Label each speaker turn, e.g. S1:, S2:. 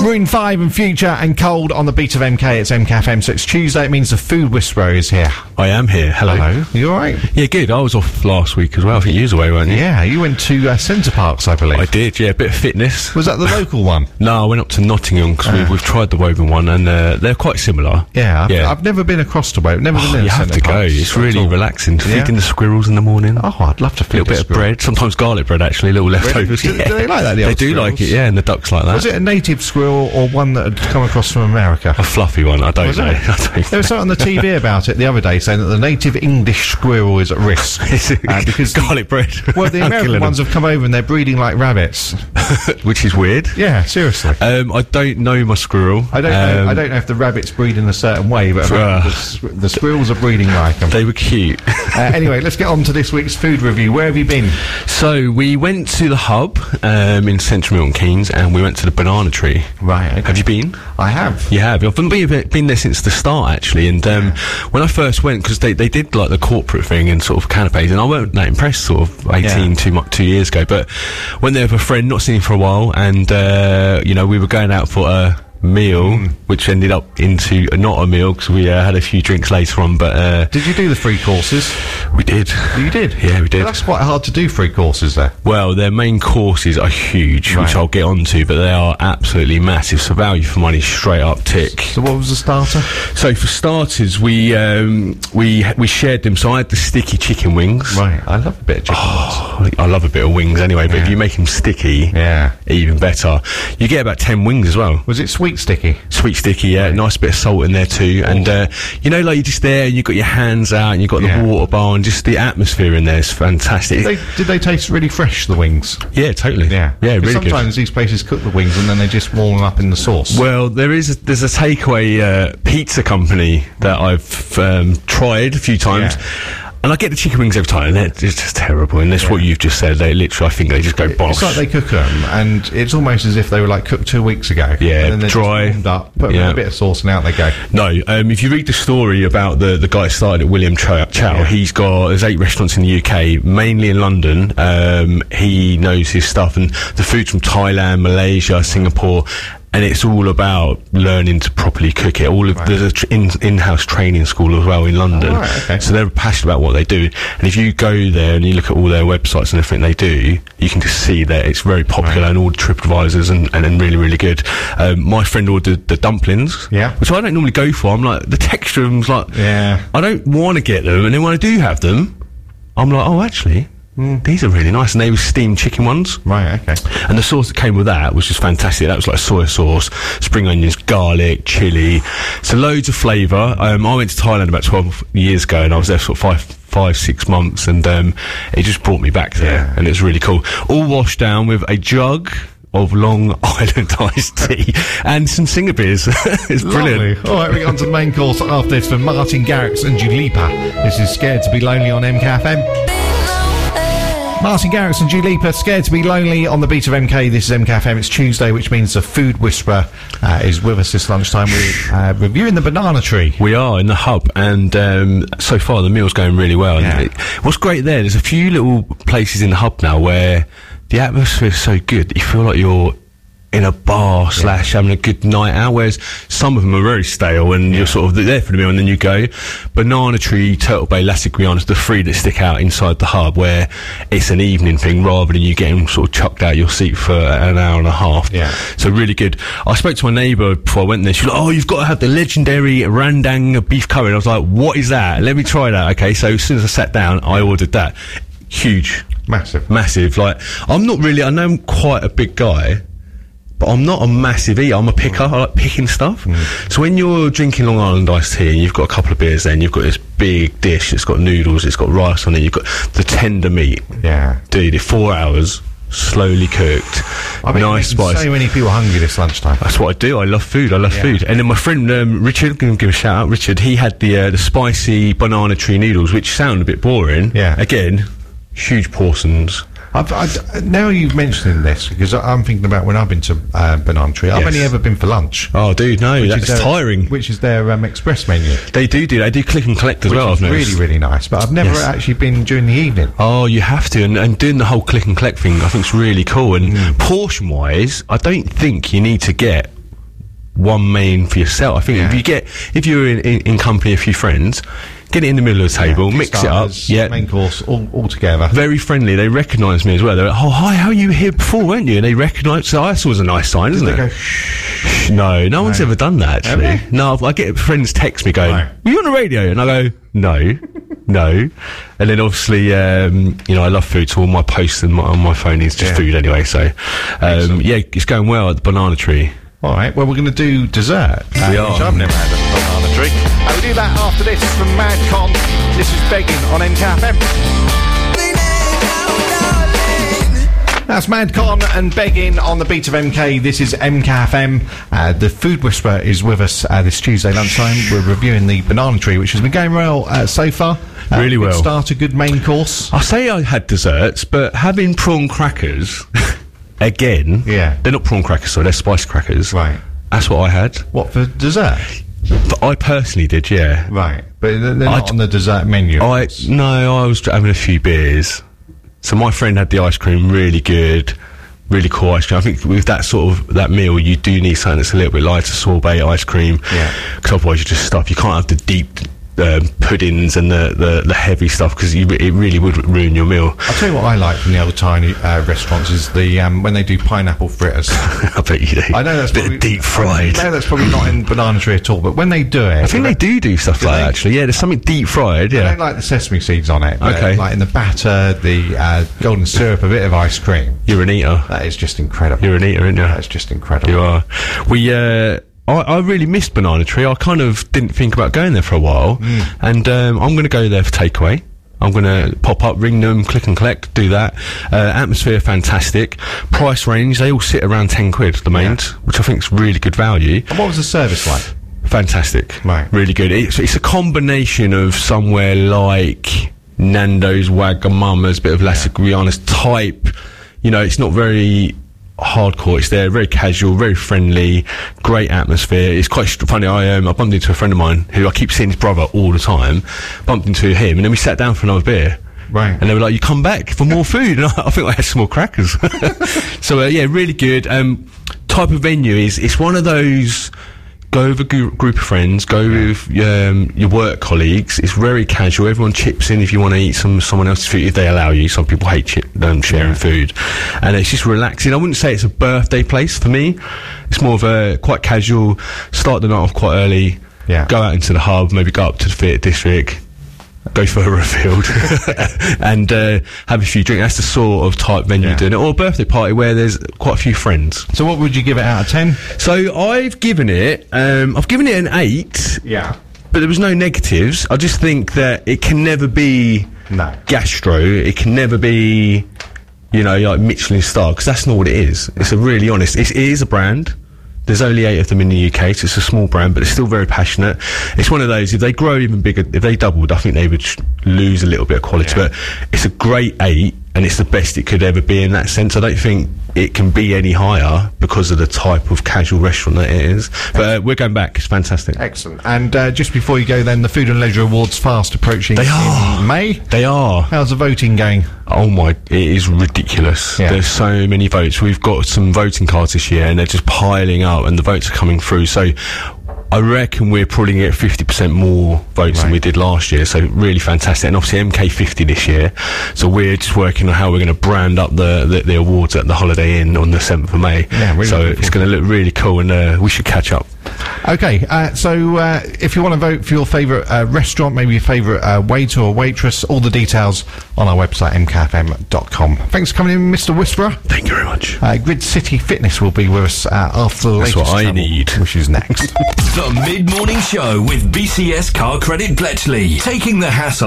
S1: Maroon 5 and Future and Cold on the beat of MK. It's MKFM, so it's Tuesday. It means the food whisperer is here.
S2: I am here. Hello.
S1: You alright?
S2: Yeah, good. I was off last week as well. I think you was away, weren't you?
S1: Yeah, you went to uh, Centre Parks, I believe.
S2: I did. Yeah, a bit of fitness.
S1: Was that the local one?
S2: No, I went up to Nottingham because we, we've tried the woven one and uh, they're quite similar.
S1: Ah. Yeah, I've,
S2: yeah.
S1: I've never been across the way. Never
S2: Oh,
S1: been in
S2: you have
S1: Centre
S2: to go.
S1: Parks at
S2: It's really
S1: all.
S2: relaxing.
S1: Yeah.
S2: Feeding the squirrels in the morning.
S1: Oh, I'd love to
S2: a
S1: feed
S2: little bit
S1: this
S2: of bread. Sometimes garlic bread actually. Little leftovers.
S1: Do- do
S2: Yeah.
S1: they like that, the
S2: They
S1: old
S2: do like it.
S1: squirrels?
S2: Yeah, and the ducks like that.
S1: Was it a native squirrel or one that had come across from America?
S2: a fluffy one? I don't
S1: Was
S2: know.
S1: it?
S2: I don't
S1: There was something on the TV about it the other day saying that the native English squirrel is at risk.
S2: know.
S1: uh, because the-
S2: garlic bread.
S1: well, the
S2: I'm
S1: American
S2: killing 'em.
S1: ones have come over and they're breeding like rabbits.
S2: which is weird.
S1: Yeah, seriously.
S2: Um, I don't know my squirrel.
S1: I don't know. I
S2: Um,
S1: don't know if the rabbits breed in a certain way, but
S2: Uh.
S1: the, squ- the squirrels are breeding like them.
S2: They were cute.
S1: uh, anyway, let's get on to this week's food review. Where have you been?
S2: So we went to the hub um, in Central Milton Keynes, and we went to the banana tree.
S1: Right.
S2: Have you been?
S1: I have.
S2: You have. I've been, been been there since the start, actually. And um, when I first went, because they, they did like the corporate thing and sort of canapes, and I wasn't that impressed, sort of 18,
S1: Yeah.
S2: two, mu- two years ago. But went there with a friend, not seen him for a while, and, uh, you know, we were going out for a meal,
S1: Mm.
S2: which ended up into not a meal, because we uh, had a few drinks later on, but uh,
S1: Did you do the three courses?
S2: we did.
S1: You did.
S2: Yeah, we did.
S1: Well, that's quite hard to do three courses there.
S2: Well, their main courses are huge,
S1: Right.
S2: which I'll get onto, but they are absolutely massive. So value for money, straight up tick.
S1: So what was the starter?
S2: So for starters, we um, we we shared them. So I had the sticky chicken wings.
S1: Right. I love a bit of chicken.
S2: Oh, I love a bit of wings anyway, but if you make them sticky,
S1: Yeah.
S2: even better. You get about ten wings as well.
S1: Was it sweet sticky?
S2: Sweet sticky, yeah. Nice bit of salt in there too, and uh, you know, like you're just there, and you've got your hands out, and you've got
S1: Yeah.
S2: the water bar, and just the atmosphere in there is fantastic.
S1: They, did they taste really fresh, the wings?
S2: yeah, totally. yeah,
S1: 'Cause
S2: really good.
S1: Sometimes these places cook the wings and then they just warm them up in the sauce.
S2: Well, there is a, there's a takeaway uh, pizza company that I've um, tried a few times. And I get the chicken wings every time, and they're it's just terrible. And that's what you've just said. They literally, I think they just go
S1: It's
S2: bosh.
S1: like they cook them, and it's almost as if they were like cooked two weeks ago.
S2: Yeah,
S1: and then they're just
S2: dry.
S1: warmed up, put 'em in
S2: Yeah.
S1: a bit of sauce, and out they go.
S2: no, um, if you read the story about the, the guy that started at William Chow, Chow he's got there's eight restaurants in the UK, mainly in London. Um, he knows his stuff, and the food's from Thailand, Malaysia, Singapore. And it's all about learning to properly cook it. All of there's a tr- in, in-house training school as well in London.
S1: Oh, right, okay.
S2: So they're passionate about what they do. And if you go there and you look at all their websites and everything they do, you can just see that it's very popular and all the TripAdvisors and, and, and really, really good. Um, my friend ordered the dumplings,
S1: Yeah.
S2: which I don't normally go for. I'm like, the texture of them's like,
S1: Yeah.
S2: I don't want to get them. And then when I do have them, I'm like, oh, actually,
S1: Hmm.
S2: these are really nice. And they were steamed chicken ones.
S1: Right, okay.
S2: And the sauce that came with that was just fantastic. That was like soy sauce, spring onions, garlic, chili. So loads of flavour. Um, I went to Thailand about 12 years ago and I was there for sort of five, five, six months and um, it just brought me back there and it's really cool. All washed down with a jug of Long Island iced tea and some singer beers. it's brilliant.
S1: Lovely. All right, we get on to the main course after this for Martin Garrix and Julepa. This is Scared to Be Lonely on MKFM. Martin Garrix and Julepa, Scared to Be Lonely on the beat of MK. This is MKFM. It's Tuesday, which means the food whisperer uh, is with us this lunchtime. We're uh, reviewing the banana tree.
S2: We are in the hub, and um, so far the meal's going really well. And
S1: Yeah.
S2: it- what's great there, there's a few little places in the hub now where the atmosphere's so good that you feel like you're in a bar slash having a good night out. Whereas some of them are very stale, and you're sort of there for the meal, and then you go banana tree, Turtle Bay, Lassigrianas, the three that stick out inside the hub, where it's an evening thing rather than you getting sort of chucked out of your seat for an hour and a half.
S1: Yeah.
S2: So really good. I spoke to my neighbour before I went there. She was like, "Oh, you've got to have the legendary Randang beef curry." And I was like, "What is that? Let me try that." Okay. So as soon as I sat down, I ordered that. Huge,
S1: Massive.
S2: massive. Like I'm not really. I know I'm quite a big guy. But I'm not a massive eater. I'm a picker. I like picking stuff.
S1: Mm.
S2: So when you're drinking Long Island iced tea and you've got a couple of beers, then you've got this big dish. It's got noodles. It's got rice on it. You've got the tender meat.
S1: Yeah.
S2: Dude, four hours, slowly cooked,
S1: I've been
S2: nice
S1: making
S2: spice.
S1: So many people hungry this lunchtime.
S2: That's what I do. I love food. I love food. And then my friend um, Richard, going to give a shout out. Richard, he had the uh, the spicy banana tree noodles, which sound a bit boring.
S1: Yeah.
S2: Again, huge portions.
S1: I've, I, now you've mentioned this because I, I'm thinking about when I've been to uh, Banana Tree. I've
S2: Yes.
S1: only ever been for lunch.
S2: Oh, dude, no,
S1: which is uh,
S2: that's
S1: their-
S2: tiring.
S1: Which is their um, express menu.
S2: They do do. They do click and collect as well.
S1: It's
S2: I've noticed.
S1: really, really nice. But I've never
S2: Yes.
S1: actually been during the evening.
S2: Oh, you have to, and, and doing the
S1: Mm.
S2: whole click and collect thing, I think is really cool. And portion wise, I don't think you need to get one main for yourself. I think if
S1: Yeah.
S2: you get if you're in, in, in company a few friends, get it in the middle of the table,
S1: Two
S2: mix
S1: starters,
S2: it up. Yeah.
S1: Main course, all, all together.
S2: Very friendly. They recognised me as well. They were like, "Oh, hi, how are you here before, weren't you?" And they recognised. So that's always a nice sign, isn't
S1: They
S2: it?
S1: go,
S2: No, no one's ever done that
S1: Have
S2: actually. No, I get friends text me going,
S1: No.
S2: "Were you on the radio?" And I go, "No, no." And then obviously, um, you know, I love food, so all my posts and my, on my phone is just
S1: Yeah.
S2: food anyway. So, um, yeah, it's going well at the banana tree.
S1: All right, well, we're going to do dessert. uh,
S2: We are.
S1: Which I've never had a banana tree. And we do that after this from MadCon. This is Begging on MKFM. That's MadCon and Begging on the beat of MK. This is MKFM. Uh, the Food Whisperer is with us uh, this Tuesday lunchtime. We're reviewing the banana tree, which has been going well uh, so far. Uh,
S2: Really
S1: good
S2: well.
S1: start, a good main course.
S2: I say I had desserts, but having prawn crackers again.
S1: Yeah.
S2: they're not prawn crackers, so they're spice crackers.
S1: Right.
S2: That's what I had.
S1: What for dessert?
S2: But I personally did, yeah.
S1: Right, but they're they're
S2: I
S1: not
S2: d-
S1: on the dessert menu.
S2: I no, I was having a few beers. So my friend had the ice cream, really good, really cool ice cream. I think with that sort of that meal, you do need something that's a little bit lighter, sorbet ice cream.
S1: Yeah.
S2: Because otherwise, you just stuff. You can't have the deep um, puddings and the, the, the heavy stuff because it really would ruin your meal.
S1: I'll tell you what I like from the old tiny uh, restaurants is the um, when they do pineapple fritters.
S2: I bet you do.
S1: I know that's
S2: bit
S1: probably,
S2: of deep fried.
S1: I know that's probably not in banana tree at all, but when they do it,
S2: I think they do do stuff
S1: Do
S2: like
S1: they?
S2: that actually. Yeah, there's something deep fried.
S1: I
S2: Yeah.
S1: don't like the sesame seeds on it. but,
S2: Okay.
S1: like in the batter, the uh, golden syrup, a bit of ice cream.
S2: You're an eater.
S1: That is just incredible.
S2: You're an eater, aren't you?
S1: That's just incredible.
S2: You are. We, uh, I, I really missed Banana Tree. I kind of didn't think about going there for a while. And um, I'm going to go there for takeaway. I'm going to pop up, ring them, click and collect, do that. Uh, atmosphere, fantastic. Price range, they all sit around 10 quid, the mains, which I think is really good value.
S1: And what was the service like?
S2: Fantastic.
S1: Right.
S2: Really good. It's, it's a combination of somewhere like Nando's, Wagamama's, bit of La Guiana's type. You know, it's not very hardcore. It's there, very casual, very friendly, great atmosphere. It's quite st- funny. I um, I bumped into a friend of mine who I keep seeing his brother all the time. Bumped into him, and then we sat down for another beer.
S1: Right.
S2: And they were like, "You come back for more food," and I, I think I had some more crackers. so uh, yeah, really good. Um, type of venue is it's one of those go with a gr- group of friends, go with um, your work colleagues. It's very casual. Everyone chips in if you want to eat some someone else's food if they allow you. Some people hate chi- um, sharing food, and it's just relaxing. I wouldn't say it's a birthday place for me. It's more of a quite casual. Start the night off quite early.
S1: Yeah.
S2: Go out into the hub. Maybe go up to the theatre district. Go further afield and uh, have a few drinks. That's the sort of type venue
S1: Yeah.
S2: doing it, or a birthday party where there's quite a few friends.
S1: So, what would you give it out of ten?
S2: So I've given it, um, I've given it an eight,
S1: Yeah.
S2: but there was no negatives. I just think that it can never be
S1: No.
S2: gastro. It can never be, you know, like Michelin star because that's not what it is. It's a really honest. It's, it is a brand. There's only eight of them in the UK, so it's a small brand, but it's still very passionate. It's one of those. If they grow even bigger, if they doubled, I think they would sh- lose a little bit of quality.
S1: Yeah.
S2: But it's a great eight, and it's the best it could ever be in that sense. I don't think it can be any higher because of the type of casual restaurant that it is. But uh, we're going back. It's fantastic.
S1: Excellent. And uh, just before you go, then the Food and Leisure Awards fast approaching.
S2: They
S1: in
S2: are.
S1: May.
S2: They are.
S1: How's the voting going?
S2: Oh my, it is ridiculous.
S1: Yeah.
S2: There's so many votes. We've got some voting cards this year and they're just piling up and the votes are coming through. So I reckon we're probably going to get 50% more votes than
S1: Right.
S2: we did last year. So really fantastic. And obviously MK50 this year. So we're just working on how we're going to brand up the, the, the awards at the Holiday Inn on the 7th of May.
S1: Yeah, really
S2: so
S1: looking
S2: it's going to look really cool and uh, we should catch up.
S1: Okay, uh, so uh, if you want to vote for your favourite uh, restaurant, maybe your favourite uh, waiter or waitress, all the details on our website, mkfm.com. Thanks for coming in, Mr. Whisperer.
S2: Thank you very much.
S1: Uh, Grid City Fitness will be with us uh, after the latest
S2: That's what I
S1: travel,
S2: need.
S1: which is next.
S3: The mid morning show with BCS Car Credit Bletchley. Taking the hassle.